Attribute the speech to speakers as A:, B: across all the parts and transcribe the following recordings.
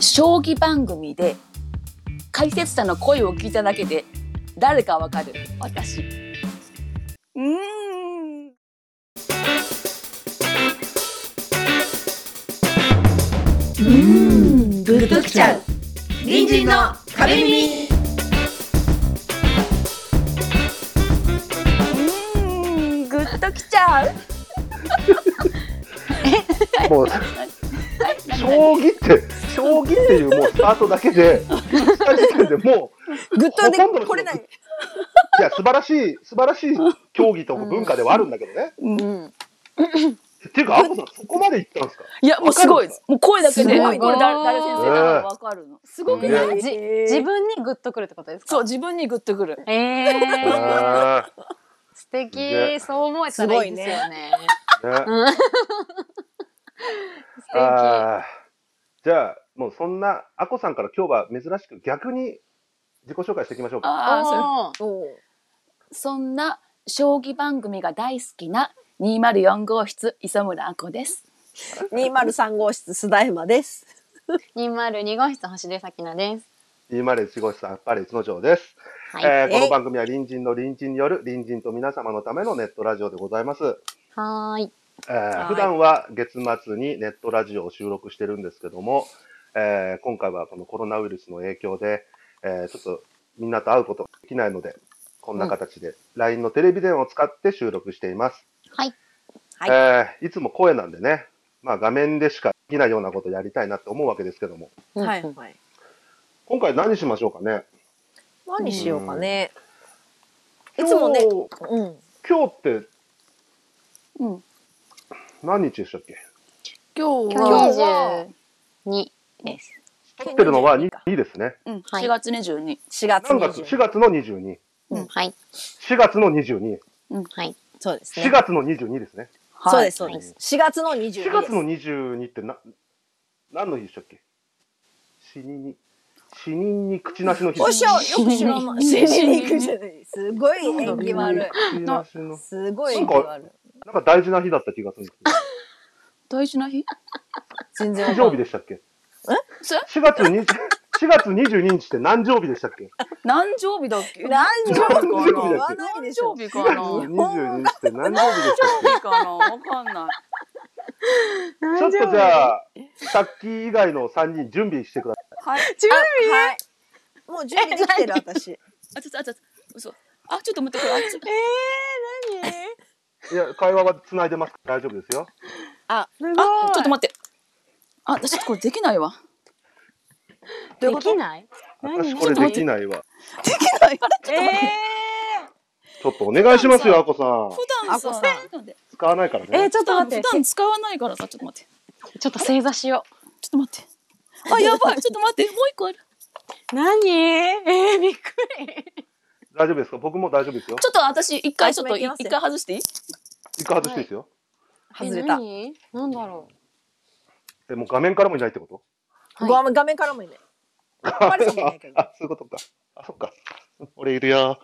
A: 将棋番組で解説者の声を聞いただけで誰かわかる私。うーん。
B: うーんグッときちゃう
C: 隣人の壁耳
A: うーん。グッときちゃう。
D: もう将棋って将棋っていうもうスタートだけでした時点でも う
A: グッと
D: ほとんどの
A: で
D: 人
A: 来れない。
D: いや素晴らしい素晴らしい競技とか文化ではあるんだけどね。
A: うん。
D: っていうかアコさんそこまで行ったんですか。
A: いやもうすごいです。もう声だけです
B: ごい
A: これ誰誰先生だからわかるの。
B: すごく
D: ね
B: ない、じ自分にグッとくるってことですか
A: そう自分にグッとくる。
B: えー、
D: あ
B: 素敵、
D: ね
B: そう思えたらいいですよね
D: ーね
B: 素
D: あーじゃあもうそんなアコさんから今日は珍しく逆に自己紹介していきましょうか。
A: ああそう。
B: あー
A: そんな将棋番組が大好きな204号室磯村あこです。
C: 203号室須田山です
B: 202号室星出咲菜です
D: 201号室アッパレ一の城です。
B: はい、
D: え
C: え
D: ー
C: い
D: この番組は隣人の隣人による隣人と皆様のためのネットラジオでございます。
B: はーい
D: え
C: は
D: ー
C: い
D: 普段は月末にネットラジオを収録してるんですけども、えー今回はこのコロナウイルスの影響で、えーちょっとみんなと会うことができないので、こんな形で LINE のテレビ電話を使って収録しています。
B: はい
C: はい
D: えーいつも声なんでね、まあ画面でしかできないようなことやりたいなって思うわけですけども、
C: はい
B: うん
C: はい
D: 今回何しましょうかね。
C: 何しようかねいつもね
D: 今日
C: うん
D: 今日って
A: うん。
D: 何日でしたっけ
A: 今日
B: 今日
A: は
B: 22
A: です。
D: 撮ってるのは 2, ですね。
A: うん。
B: はい
A: 4月22日。
C: 4月
D: 何月 ?4 月の22。
A: うん
B: はい
D: 4月の22。
B: はい
C: そうです
D: 4
C: ね
D: 月の22ですね。
A: はい
C: そうですそうです4月の22日
D: 4月の22ってな何の日でしたっけ死人に死人に口なしの日
C: おっしゃよく知らない死にに行くじゃないすごい縁起悪い
D: 口なし の
C: すごい縁起悪い
D: なんか大事な日だった気がする んですけど
A: 大事な日
C: 全然わ
D: 何
C: かんな
D: 曜日
C: い
D: でしたっけ
A: そ
D: 4月20 4月22日って何曜日でしたっけ
A: 何曜日だっけ
C: 何曜日
D: 何曜
C: かな
D: 日だっけ
C: 言わないでしょ
A: 何曜日か な
D: 4月22日って何曜日でしたっけ
A: 何曜日かなわかんない。
D: ちょっとじゃあさっき以外の3人準備してくださ
A: はい。
C: はいもう準備でき てる私
A: あ、ちょっと、あ、ちょっと、嘘。あ、ちょっと待って、これ。あちょっと
C: えー
D: いいや会話は繋いでます大丈夫ですよ
C: あ、すごい
A: あ、ちょっと待って。あ、私ちょっとこれできないわ。
C: どういう
B: で
C: こと
B: きない
D: 私これできないわ
A: できない。あれちょっと待って。
C: え
D: ちょっとお願いしますよあこさん
A: 普段さ、
C: あこさん
A: なんで
D: 使わないからね
B: えーちょっと
A: 普段
B: 待っ
A: 普
B: て
A: 段使わないからさ、ちょっと待って。
B: せちょっと正座しよ
A: ちょっと待って。あ、やばい。ちょっと待って。もう一個ある。
B: う何 えー、びっくり
D: 大丈夫ですか僕も大丈夫ですよ
A: ちょっと私一回ちょっとい
C: あすみません
A: 一回外していい？
D: 一回外していいですよ、
C: ー、外
B: え
C: れた。
B: 何なんだろ
D: え、もう画面からもいないってこと
B: う、
C: ごめん画面からも いない。マリさんもいないけど。
D: あ、そういうことか。あ、そっか。俺いるよ。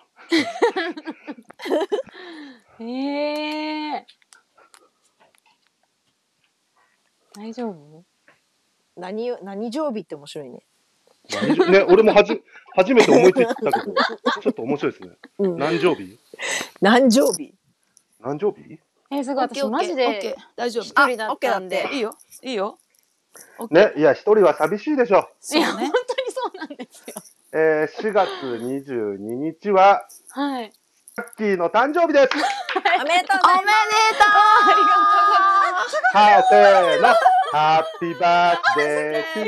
B: ええ大丈夫
C: 何よ何曜日って面白いね。
D: ね、俺もはじ、初めて思いついたけど、ちょっと面白いですね。
C: うん。
D: 何曜日
C: 何曜日？
D: 何曜日
B: えー、すごい
A: オッ
B: 私
A: ケーオッ
B: マ
A: ケー
B: ジ
A: オッケ
B: で
A: ー大丈夫
B: 一。人だったん
C: あオッケーだ
B: で
C: っ
A: いいよいいよ。オッケー。
D: ね、いや、一人は寂しいでしょ
B: い
A: そう
B: や本
A: ね。
B: 当にそうなんですよ
D: う。えー、4月22日は、
B: はい
D: ラッキーの誕生日です。
C: おめでとうございま
B: あ
D: はせーの、ハッピーバースデートゥ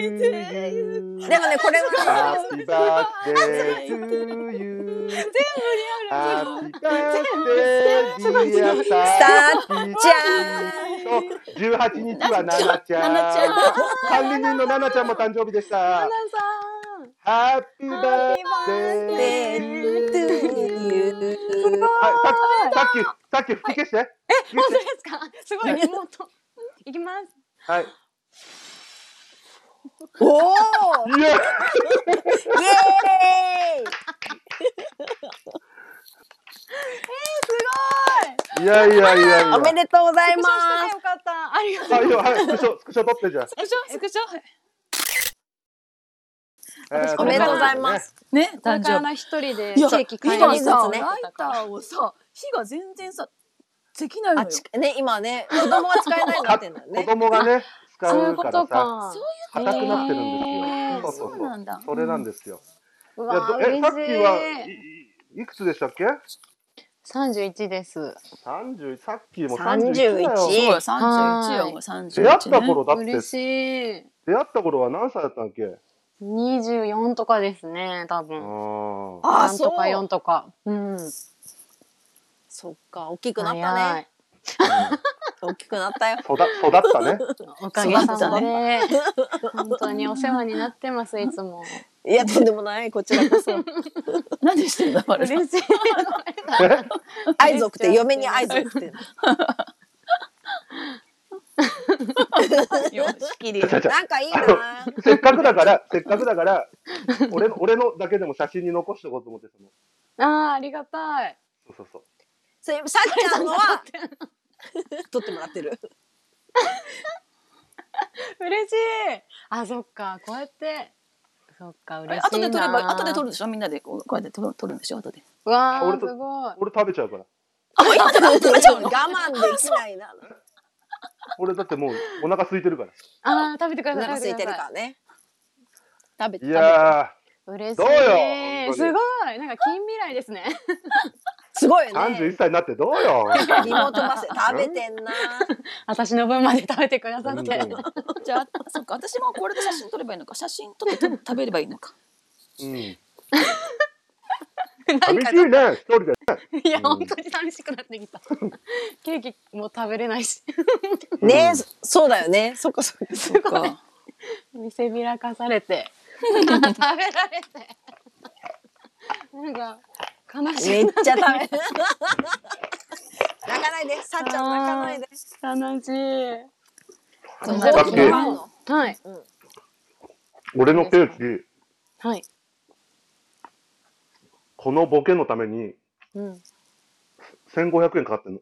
D: ーユー。
C: す。でもねこれ
D: ハ
C: は
D: ッピーバースデートゥーユー。ハッピーバースデーディア
C: ス
D: ター
C: じゃ
D: 十八日はナナちゃん。
A: ナナちゃん
D: 管理人のナナちゃんも誕生日でした。ハッピーバース
C: ーん。
D: デ
C: で
D: ー。
C: ー
D: はい、さっき、さっき、さっき吹き消して。え
B: ー本当ですかすごいリモ ートいきます
D: はい。
C: おお。
D: いや、
C: イエーイ。
D: いやいやいやいや。
C: おめでとうござい
B: スク
C: ま
B: ショしてよかったありがとう
D: はい、はい、スクショ、スクショ撮ってじゃあ。
B: スクショスクショ
D: えー
C: おめでとうございます。
A: ね、
E: これ
A: 誕
E: から
A: 生日。
E: な一人で
A: いや
E: ケーキ買い
A: 今
E: に
A: さ、
E: 行
A: ライ
E: くね。
A: ターをさ、火が全然さ、できないの
C: あ
A: よ。
C: ちね今ね子供が使えないようになってんだよ
D: 子
C: ね。
D: 供がね、使
E: そういう
D: う
E: こ
D: から
E: と
D: さ、
E: か。
D: 硬くなってるん
E: へー
D: ですよ。そうそうそう。
A: んだ
D: それなんですよ。
E: う
D: いや
E: わ
D: ど
E: ー
D: え、さっきは
E: 嬉しい。
D: い、いいくつでしたっけ
E: 三十一です。
D: 三十さっきも
C: 31
D: 31だ
A: そう
D: よ。
A: よ、31よ、
E: は
A: 31、ね。
D: 出会った頃だって、
E: 嬉しい。
D: 出会った頃は何歳だったんだっけ
E: 二十四とかですね、多
D: あ
E: 分。
D: ー
C: あ
E: 三
C: そ
E: とか
C: う
E: 四。とか。うん。
C: そっか大きくなった
E: 早
C: ね
E: い。。
C: 大きくなったよ。
D: 育育った ね。
E: おかげさまで。本当にお世話になってます、いつも。
C: いやとんでもないこちら こそ。
A: 何でしてんだ、我々
E: 嬉しい。
C: 愛族って嫁に愛族って。
A: よしきり。
C: なんかいいな。
D: せっかくだから、せっかくだから、俺の俺のだけでも写真に残しておこうと思ってその。
E: ああ、ありがたい。
D: そうそうそう。
C: それさっちゃんのは 取ってもらってる。
E: 嬉しい。あ、そっか、こうやって。そっか、嬉しいな。
A: 後で取れば、後で取るでしょみんなでこう、こうやって取る取るんでしょ後で。
E: うわ
D: 俺
E: ー、
D: と
E: すごい。
D: 俺食べちゃうから。
C: 我慢できない な。
D: 俺だってもうお腹空いてるから。
E: ああ、食べてく
C: お
E: ださい。
C: 腹空いてる
E: 食べくだ
C: か
E: さ
C: らね。
A: 食べて。
D: いや
E: 嬉しい。
D: どうよ本当に
E: すごい。なんか近未来で すね。
C: すごいよ
D: ー、三十
C: ね
D: 一。歳になってどうよ。
C: リモートバス食べてんな。
E: 私の分まで食べてくださっ
D: 本
E: て。
D: 当に
A: じゃあ、そっか、私もこれで写真撮ればいいのか。写真撮って食べ食べればいいのか。
D: うん。寂しいね、一人で。
E: いや、本当に寂しくなってきた。ケーキも食べれないし。
C: ねそうだよね。そっかそっか。
A: そうか。
E: 見せびらかされ て。食べられて。なんか。悲し
C: め
E: い
C: っ。ちゃ食べる。泣 かないで、さっちゃん泣かないで。
E: 悲しい。
A: この
E: じゃ
D: だ
E: あ
D: っ
E: 次
D: て
E: ははい。
D: 俺のケーキ、
E: はい。
D: このボケのために
E: うん。
D: 千五百円かかってんの。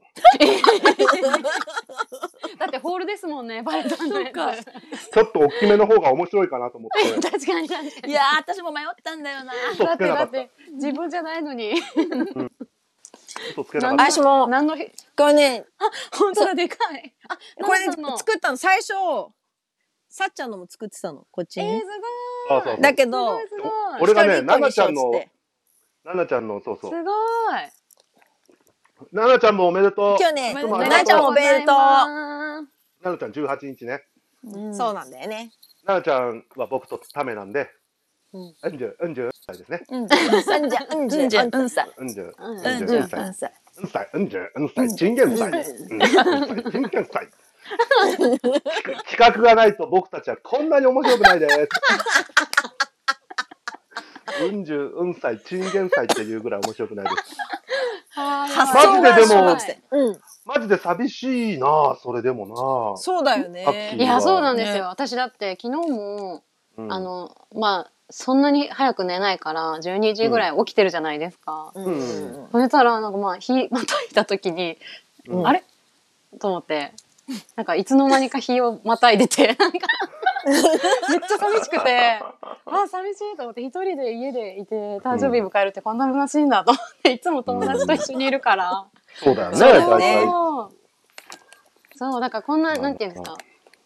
E: だってホールですもんね。バレたんだよ。
A: か
D: ちょっと大きめの方が面白いかなと思って。
E: 確かに確か
A: い
E: に。
A: やー、私も迷ったんだよな。
D: 嘘
E: だ
D: つ
E: っ
D: け
E: て
D: なか
E: だ
D: っ。
E: ったて自分じゃないのに。
D: 嘘つけなかっ
C: あ私も
E: 何の日
C: これね、
E: 本当だでかい。あ、
C: これ
E: ナナさんの
C: 作ったの、最初、さっちゃんのも作ってたの、こっち
E: えー、
C: に
E: す。
D: た。そうそうそう
C: だけ
E: ご
C: ど
E: い。、すごいすごい。
D: 俺がね
C: 一人一個にしようっつっ
D: ナナちゃんの
C: て
D: ななちゃんの、そう
E: す
D: そ
E: ご
D: う。
E: い。
D: ななちゃんもおめでと
C: 今
D: う。
C: 日ね、
D: おめでとう
C: ななちゃんもおめでと
D: ななちゃん十八日ね。
C: う。そうなんだよね。
D: ななちゃんは僕とためなんで。
E: う
D: うんんじゅうんじゅ歳ですね。
A: うん、
C: さんじゃ、うんじゃ、
A: うんじゃ、
C: う
A: うんさ。
D: うんじゅ
E: う
A: う
E: ん
A: んじ
D: う
A: ゃ、
D: ん歳
A: うんさ。
D: うん歳うんじゅうん歳チンゲン歳です。うんうん歳チンゲン歳。企画がないと僕たちはこんなに面白くないです。うんじゅうん歳チンゲン歳っていうぐらい面白くないです。
C: 発
D: マ
C: 想
D: ジでで
C: が
D: も
C: そうなんですねうん。
D: マジで寂しいなあそれでも
C: そうだよ
D: ハッキ
E: い
D: ー
C: ね。
E: やそうなんです
A: ね
E: よ。私だって昨日も、
D: なあ。うん
E: あのまあそんなに早く寝ないから12時ぐらい起きてるじゃないですか。
C: うんん。
E: そしたらなんかまあ日またいた時に、
D: うん
E: あれと思って。なんかいつの間にか日をまたい でてなんかめっちゃ寂しくてあ寂しいと思って一人で家でいて誕生日迎えるってこんな虚しいんだと思っていつも友達と一緒にいるから
D: そうだよね。
C: そうだよ
D: 大
C: ね
D: 体
E: そう。そう、だからこんな、なんていうんです
D: な
E: か。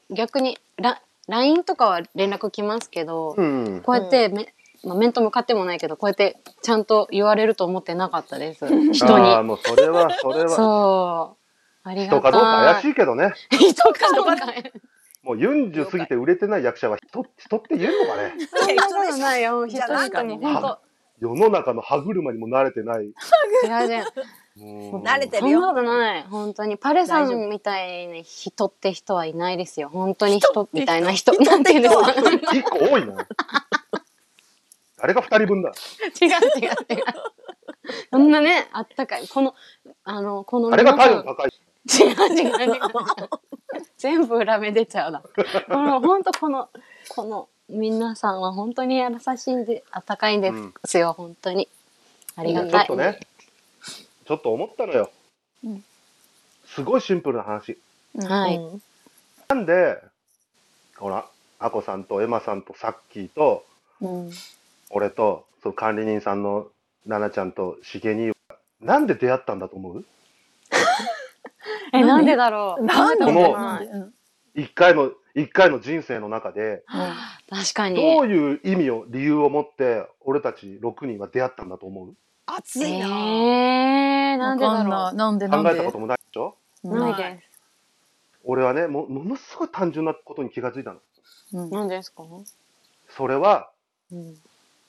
E: 逆に、ラ、ラインとかは連絡来ますけど、
D: うん。
E: こうやって、め、まあ、面と向かってもないけど、こうやって、ちゃんと言われると思ってなかっ たです。人
D: ああ
E: に。
D: もうそれはそれは
E: そう。あり
D: 人か
E: が
D: どうか怪
E: た
D: し
E: い。
D: いけどね。
E: 人かどうか怪しい。
D: もう40過ぎて売れてない役者は人人って言えるのかね
E: そんなことないよ。人
C: じゃあ
E: しかも、
C: 何
E: 本
D: 世の中の歯車にも慣れてない。
E: 当。違う違う。
D: もう
C: 慣れて
E: そ
C: る
E: んな
C: よ。
E: ことない。本当に。パレさ
C: 大丈
E: んみたいな人って人はいないですよ。本当に人みたいな人。なんていうんですか。
D: 一個多いな。誰が二人分だ。
E: 違う違う違う。そんなね、あったかい。この、あの、この
D: 誰が体温
E: 皆
D: 高い。
E: さん違う違う違う。全部裏目出ちゃうな。この、ほんとこの、この、皆さんは本当に優しいんで、あったかいんですよ、本当に。あり
D: い
E: が
D: やちょ
E: た
D: っ
E: い。
D: とね、ちょっと思ったのよ。
A: うん
D: すごいシンプルな話。
E: は
C: う
E: い。
C: ん
D: なんで、ほら、アコさんとエマさんとサッキーと、
E: うん。
D: 俺と、その管理人さんの奈々ちゃんと茂に、なんで出会ったんだと思う
E: え、なんでだろう。
C: なん
D: だろう
E: 考えたことない
D: 一回の、一回の人生の中で、
E: 確かに。
D: どういう意味を、理由を持って、俺たち6人は出会ったんだと思う
C: 熱いな。
E: えー、なんでだろ
B: なんでな
D: 考
B: んで
D: えたこともないでしょ
E: う。ないで
D: 俺はねも、ものすごい単純なことに気がついたの。
E: す。なんですか
D: それは、
E: うん。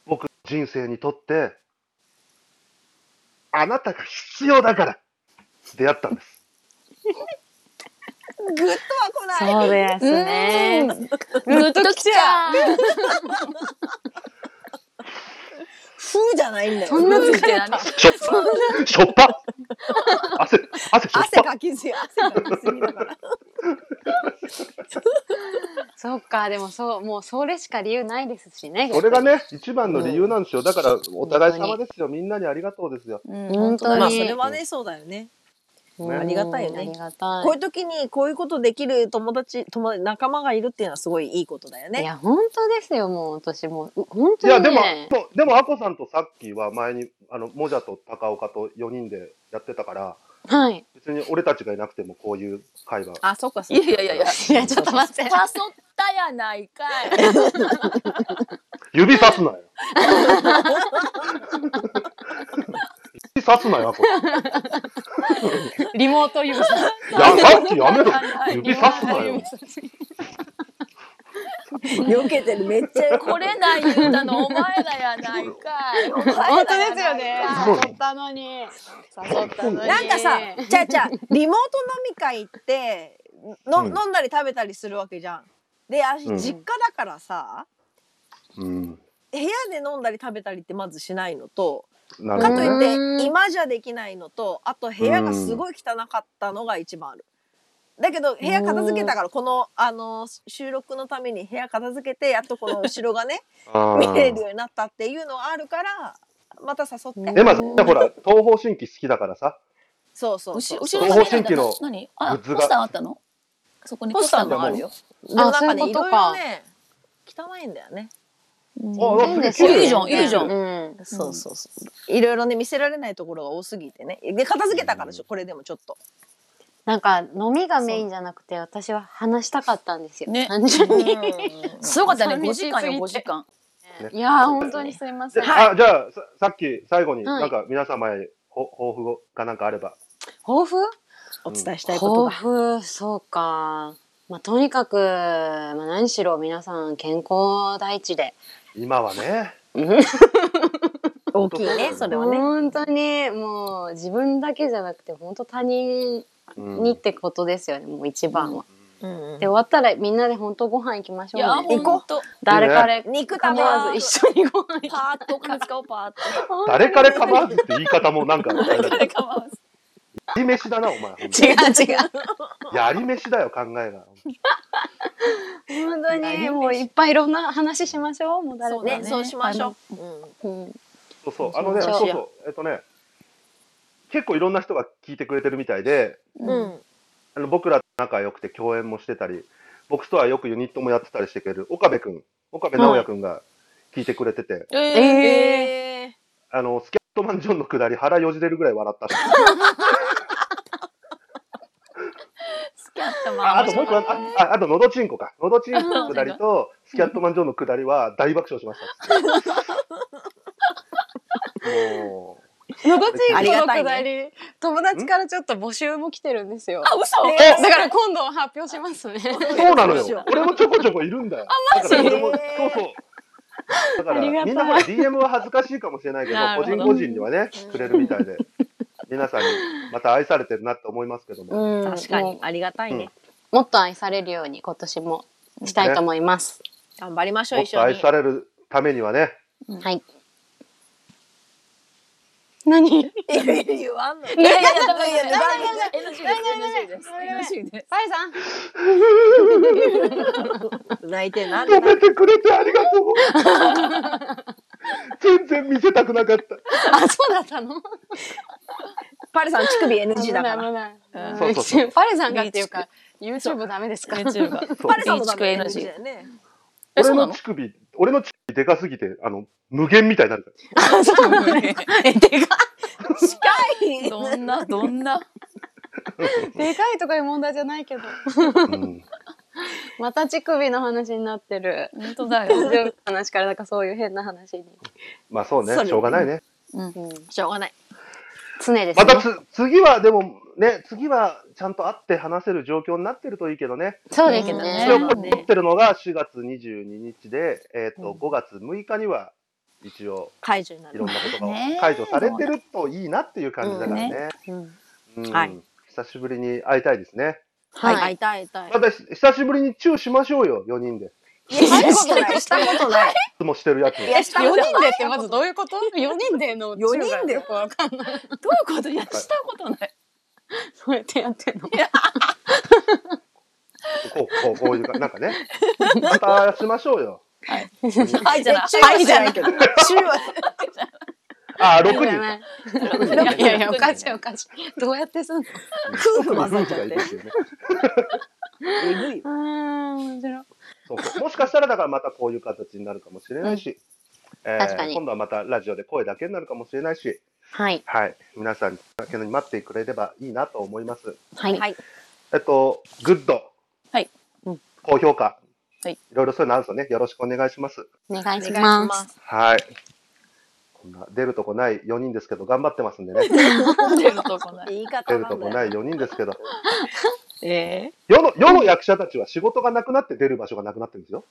D: 僕の人生にとって、あなたが必要だから、出会ったんです。
C: グッとは来ない。
E: そうですね。グッときちゃう。
C: ふうじゃないんだよ。
E: そんな疲
A: て
E: れ
A: な
E: た。
D: しょっぱしょっぱ汗、汗しょっ
C: 汗
D: ぱ
C: かきすぎ、汗かきすぎだから。
E: そっか、でもそう、もうそれしか理由ないですしね。
D: それがね、一番の理由なんですよ。だから、お互い様ですよ。みんなにありがとうですよ。
A: うん
E: 本当に
C: まあ、それはね、そうだよね。
E: うん、
D: あ
C: りがたいよね
E: ありがた
C: こういう時に、こういうことできる友達、友達、仲間がいるっていうのはすごいいいことだよ
E: い。い
C: ね。
E: や、本当ですよ、もう私もう、う本
D: いや、
E: 当
D: で
E: に
D: も
E: ね。、
D: そうでも、アコさんとさっきは前に、あの、もじゃと高岡と4人でやってたから、
E: はい。
D: 別に俺たちがいなくてもこういう会話。
C: あ、そっか、そ
A: い
C: っ
A: や
C: か。
A: いやいやいや
E: いや、ちょっと待って。
A: パソったやないかい
D: 指さすなよ。指さすなよ、アコさん。
E: リモートユーザ
D: いや、さっきやめろ。
A: はい
D: 指さすなよ。
C: 避けてる、めっちゃ。
A: 来れない言うたのお前らや ないかい
E: 本当ですよね。
D: そう
E: 誘ったのに。誘ったの に。
C: なんかさ、ちゃうちゃう、リモート飲み会って、の、
D: うん
C: 飲んだり食べたりするわけじゃん。で、私、
D: うん
C: 実家だからさ、
D: うん。
C: 部屋で飲んだり食べたりってまずしないのと、
D: なる
C: か
D: ほ
C: と
D: ど
C: い
D: ね。
C: って今じゃできないのとあと部屋がすごい汚かったのが一番ある。だけど部屋片付けたからこのあの収録のために部屋片付けてやっとこの後ろが ね
D: あ
C: 見れる
D: ー
C: ようになったっていうのがあるからまた誘っ
E: う
C: て
E: ん
D: エマさん、ほら、東方神起好きだからさ、
C: そうそう
A: う
C: そ
A: し
C: う
A: 後
D: 東
A: ろ
D: 方
A: に
D: 神起の
A: 何あポ
D: グッズが
A: スターあったのそこにポスターもあるよ
C: でもなんか
E: あそ
C: ね
E: うい
C: いう
E: こ
C: ろ
E: と
C: い
E: か
C: ろね汚いんだよね。
D: あ
E: なんで
D: あすげえ
A: いいじゃんいいじゃん
E: うん。
C: そうそうそういろいろね見せられないところが多すぎてねで片付けたからでしょこれでもちょっと。
E: なんか飲みがメインじゃなくて私は話したかったんですよ。
A: ね
E: 単純に。
A: すごかったね
E: 寂
A: 5
E: しす
A: 時
E: ぎて
A: 間よ5時間
D: ね
E: いやー本当にすいません。
D: あじゃあさ、さっき最後に、
E: はい
D: なんか皆様へほ抱負をがなんかあれば。
E: 抱負？
C: お伝えしたいこと
E: 抱
C: が。
E: 負そうか。まあとにかくまあ何しろ皆さん健康第一で。
D: 今はね、
C: 大きいねそれはね。
E: 本当にもう自分だけじゃなくて本当他人
D: うん
E: にってことですよね、もう一番は。
C: うんうん
E: で終わったらみんなで本当ご飯行きまし
A: い
E: ょ
A: や
E: う、ね。
A: ほんと
E: 誰彼
C: 肉食べ
E: 構わず一緒にご飯行き
A: パーッとお金使おうパーッと
D: 誰彼構わずって言い方もなんか、あ れだけど
A: 誰かは
D: やり飯だな、お前。ほんと
E: 違う違う。
D: やり飯だよ、考えが。
E: 本当にもういっぱいいろんな話しましょう。もう誰
C: そう
E: か
C: ね、
E: ね。
C: そうしましょう。
E: うん
D: そう そう、あのね、
E: そう
D: そうそう、えっとね、結構いろんな人が聞いてくれてるみたいで、
A: うん
D: あの僕らと仲良くて共演もしてたり、僕とはよくユニットもやってたりしてくれる岡部君、岡部直也君が聞いてくれてて、
A: えー
E: え
D: あの、スキャットマンジョンのくだり腹よじれるぐらい笑ったって。
A: スキャットマン
D: ああともう一個あ、ああと、のどちんこか。のどちんこのくだりと、スキャットマンジョーのくだりは大爆笑しま した。も
E: ー、のどちん
C: あ
E: こ
C: りが
E: の
C: たい
E: く
C: ね
E: だり、友達からちょっと募集も来てるんですよ。
A: あ嘘
D: う、
E: だから今度発表しますね。
D: おそうなのよ。俺もちょこちょこいるんだよ。あ、マ
E: ジ
D: そうそう。だか
E: ありが
D: ら、み
E: たい
D: んなほら、DM は恥ずかしいかもしれないけど、
A: なる
D: 個
A: ほど
D: 人個人にはね、くれるみたいで、皆さんにまた愛されてるなって思いますけども。
E: うん
C: 確か
E: も
C: にありがたいね。
E: うもっと愛されるように今年もしたいと思います。
C: 頑張りましょう
D: も
C: 一
D: っと
C: 緒
D: 愛
C: に。
D: されるためにはね、
E: はい。何？
C: 言わんの。
A: いやいやダメ
C: いやいや
A: ダ
C: ダメ
A: メダメ NG です NG です NG です
E: サイさん。
C: 泣いてなんで
D: 止
C: 泣い
D: め
C: て
D: てくれてありがとう。全然見せたくなかった。
E: あ、そうだったの？
C: パレさん乳首 NG
E: 危
C: だか
E: な
C: ら。
E: い危ない。
D: んそうそうそう
E: 一応パレさんがっていうか YouTube ダメですか？
A: YouTube が
D: そう
C: パレさんもダメ
A: NG
C: だよね。
A: え
D: 俺
A: そうな
D: の
A: の
D: 乳首俺の地域でかすぎて、あの、無限みたいになるか
E: あ、そ うなのね。え、でか
C: い
A: どんな、どんな。
E: い、 でかいとかいう問題じゃないけど。
D: ら。うん
E: また乳首の話になっ てる。
A: 本当だ
E: 誕
A: よ。
E: 生日の話からなんかそういう変な話に。
D: まあそうね
C: そ、れ
D: しょうがないね。
A: うん。
E: うん、
C: しょうがない。
E: 常で す
D: ま
E: ね。
D: たつ次はでもね、次はちゃんと会って話せる状況になってるといいけどね。
E: そうです
A: え
E: ね。
A: ー
D: 一
A: そ
D: 応
A: う
D: これ撮ってるのが4月22日で、えっ、と、5月6日には一応
C: 解除にないる
D: ろん。なことが
A: ねえ
D: 解除されてるといいなっていう感じだからね。
E: うん
D: うん
C: はい
D: 久しぶりに会いたいですね。
E: はい。
C: はい、痛い痛い。
D: またひ久しぶりにチューしましょうよ、4人で。い
C: いや、したことない。したことない。
D: つもしてるやつ。
C: いや、した
E: 4
C: ことない。
E: 人でってまずどういうこと ?4 人での
C: 四人で
E: よくわかんない。
A: どういうこといや、したことない。
E: そうやってやってんの。
D: こう、こう、こういうか、なん かね。またしましょうよ。
A: はい、じゃない。
C: はい、じゃないけど。中は。
D: あ、6
E: そうじゃ
D: 人
E: ない
D: か。
E: いやいや、おかしいおかしい。どうやってすんの
C: 夫婦混ざっちゃっ
D: い
C: て
D: る。しね。
C: えぐいよ。
E: あー、面白い。
D: そうそうもしかしたらだからまたこういう形になるかもしれないし、えー
E: 確かに
D: 今度はまたラジオで声だけになるかもしれないし、
E: はい。
D: はい、皆さんだけに待ってくれればいいなと思います。
E: はい。
C: はい。
D: えっと、グッド、
A: はい
E: うん
D: 高評価、
A: はい
D: ろいろそういうのあるんですよね。よろしくお願いします。
E: お願
C: お
E: いし
C: 願いし
E: ま。
C: ますす。
D: はい。こんな出るとこない4人ですけど、頑張ってますんでね。
A: 出るとこない。
C: 言い
D: 出
C: 方
D: る
C: な
D: と
C: ん
D: こ
C: だよ。
D: ない4人ですけど、
A: え
D: 世の世の役者たちは仕事がなくなって出る場所がなくなってるんですよ。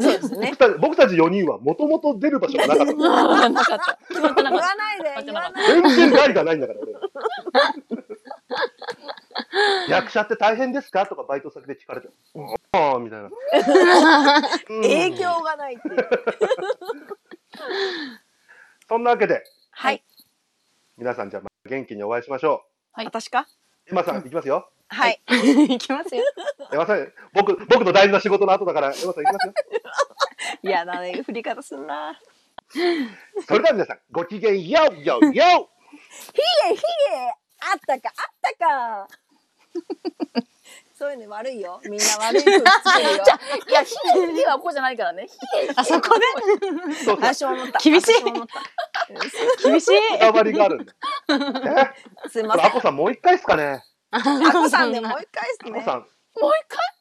C: そうですね。
D: 僕た僕たち4人はもともと出る場所がなかった。
A: え。なかった。決まってなか
C: 言
A: っ
C: わないで、言わない
D: 全然害がないんだから俺ら役者って大変ですかとかバイト先で聞かれて「ああ」みたいなうん
C: で。影響がないっていう。
D: そんなわけで
C: はい。
D: 皆さんじゃあまた元気にお会いしましょ
C: 私か
D: うエマさんいきますよ
C: はい。
E: いきますよ。
D: エマさん僕僕の大事な仕事の後だからエマさんいきますよ
C: いやだね、振り方すんな。
D: それでは皆さんごきげんようようよう
C: ひえひえあったかあったか そういうの悪いよみんな悪い空気つける よ
A: た。いや、ひえひえはこうじゃないからね。ひえ
E: あそこで
D: そうそう
C: 私も思った
E: 厳しい
C: 私も思ったう
E: 厳しい。
D: こだわりがあるんでえ
C: んすい
D: こ
C: ま
D: れ
C: せん
D: アコさんもう一回ですかね
C: あこさんでもう一回
D: ア
C: で
D: コ
C: す
D: さ
C: ね
D: ん
A: もう一回。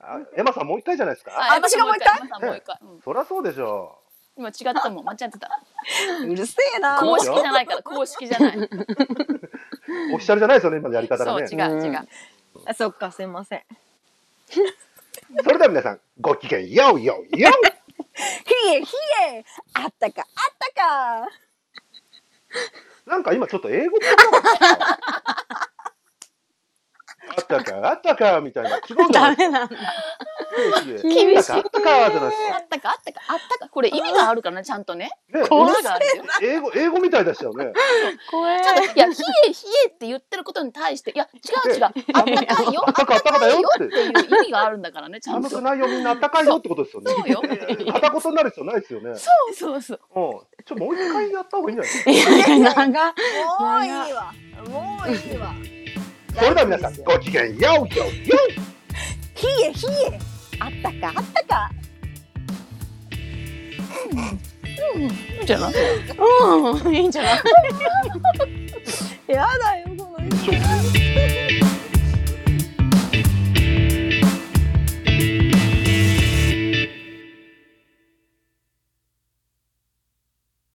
D: あエマさんもう一回じゃないですか
C: あ私がもう一回
A: 山さんもう一回。うん
D: そりゃそうでしょ
A: 今違ったもん、間違ってた。
C: うるせえな
A: 公
D: こ
A: 式じゃないから、公式じゃない。
D: うオフィシャルじゃないですよね今のやり方
A: そ
D: が
A: う、違
D: ね
A: う、
D: そ
A: 違う。
C: あそっかすいません
D: れでは皆さんごきげんようようよう
C: ひえひえあったかあっ
D: なんか今ちょっと英語っぽくなかった。あったか、あったか、みたいな。違うんじゃな
E: ダ
D: いで
E: メなの。
D: すか。厳しい。あったか、じゃない
A: あったか、あったか、あったか、これ意味があるからね、ちゃんとね。
D: ですか。
A: 意
D: ね、
A: 味があるよ。
D: 英語、英語みたいでしたよね。
E: 怖い
A: ち。ゃんと、いや、冷え、冷えって言ってることに対して、いや、違う違う、あったかいよ、
D: あ
A: あった
D: っ
A: た
D: か、あったかだ
A: かい
D: よ
A: よ
D: っ
A: って
D: て。
A: いう意味があるんだからね、ちゃん
D: 寒
A: と。そ
D: く
A: う
D: ないよ、みんなあったかいよってことですよね。
A: そうよ
D: 片言になる必要ないですよね。
A: そうそう。
D: もうん、ちょ、もう一回やった方がいいんじゃないですか。
E: いやいや、長い。
C: たかもういいわもういいわ
D: それでは皆さん、ごきげんようようよう
C: ひえひえあったかあったか
A: じゃあな。
E: うん、いいんじゃない
C: やだよこの人。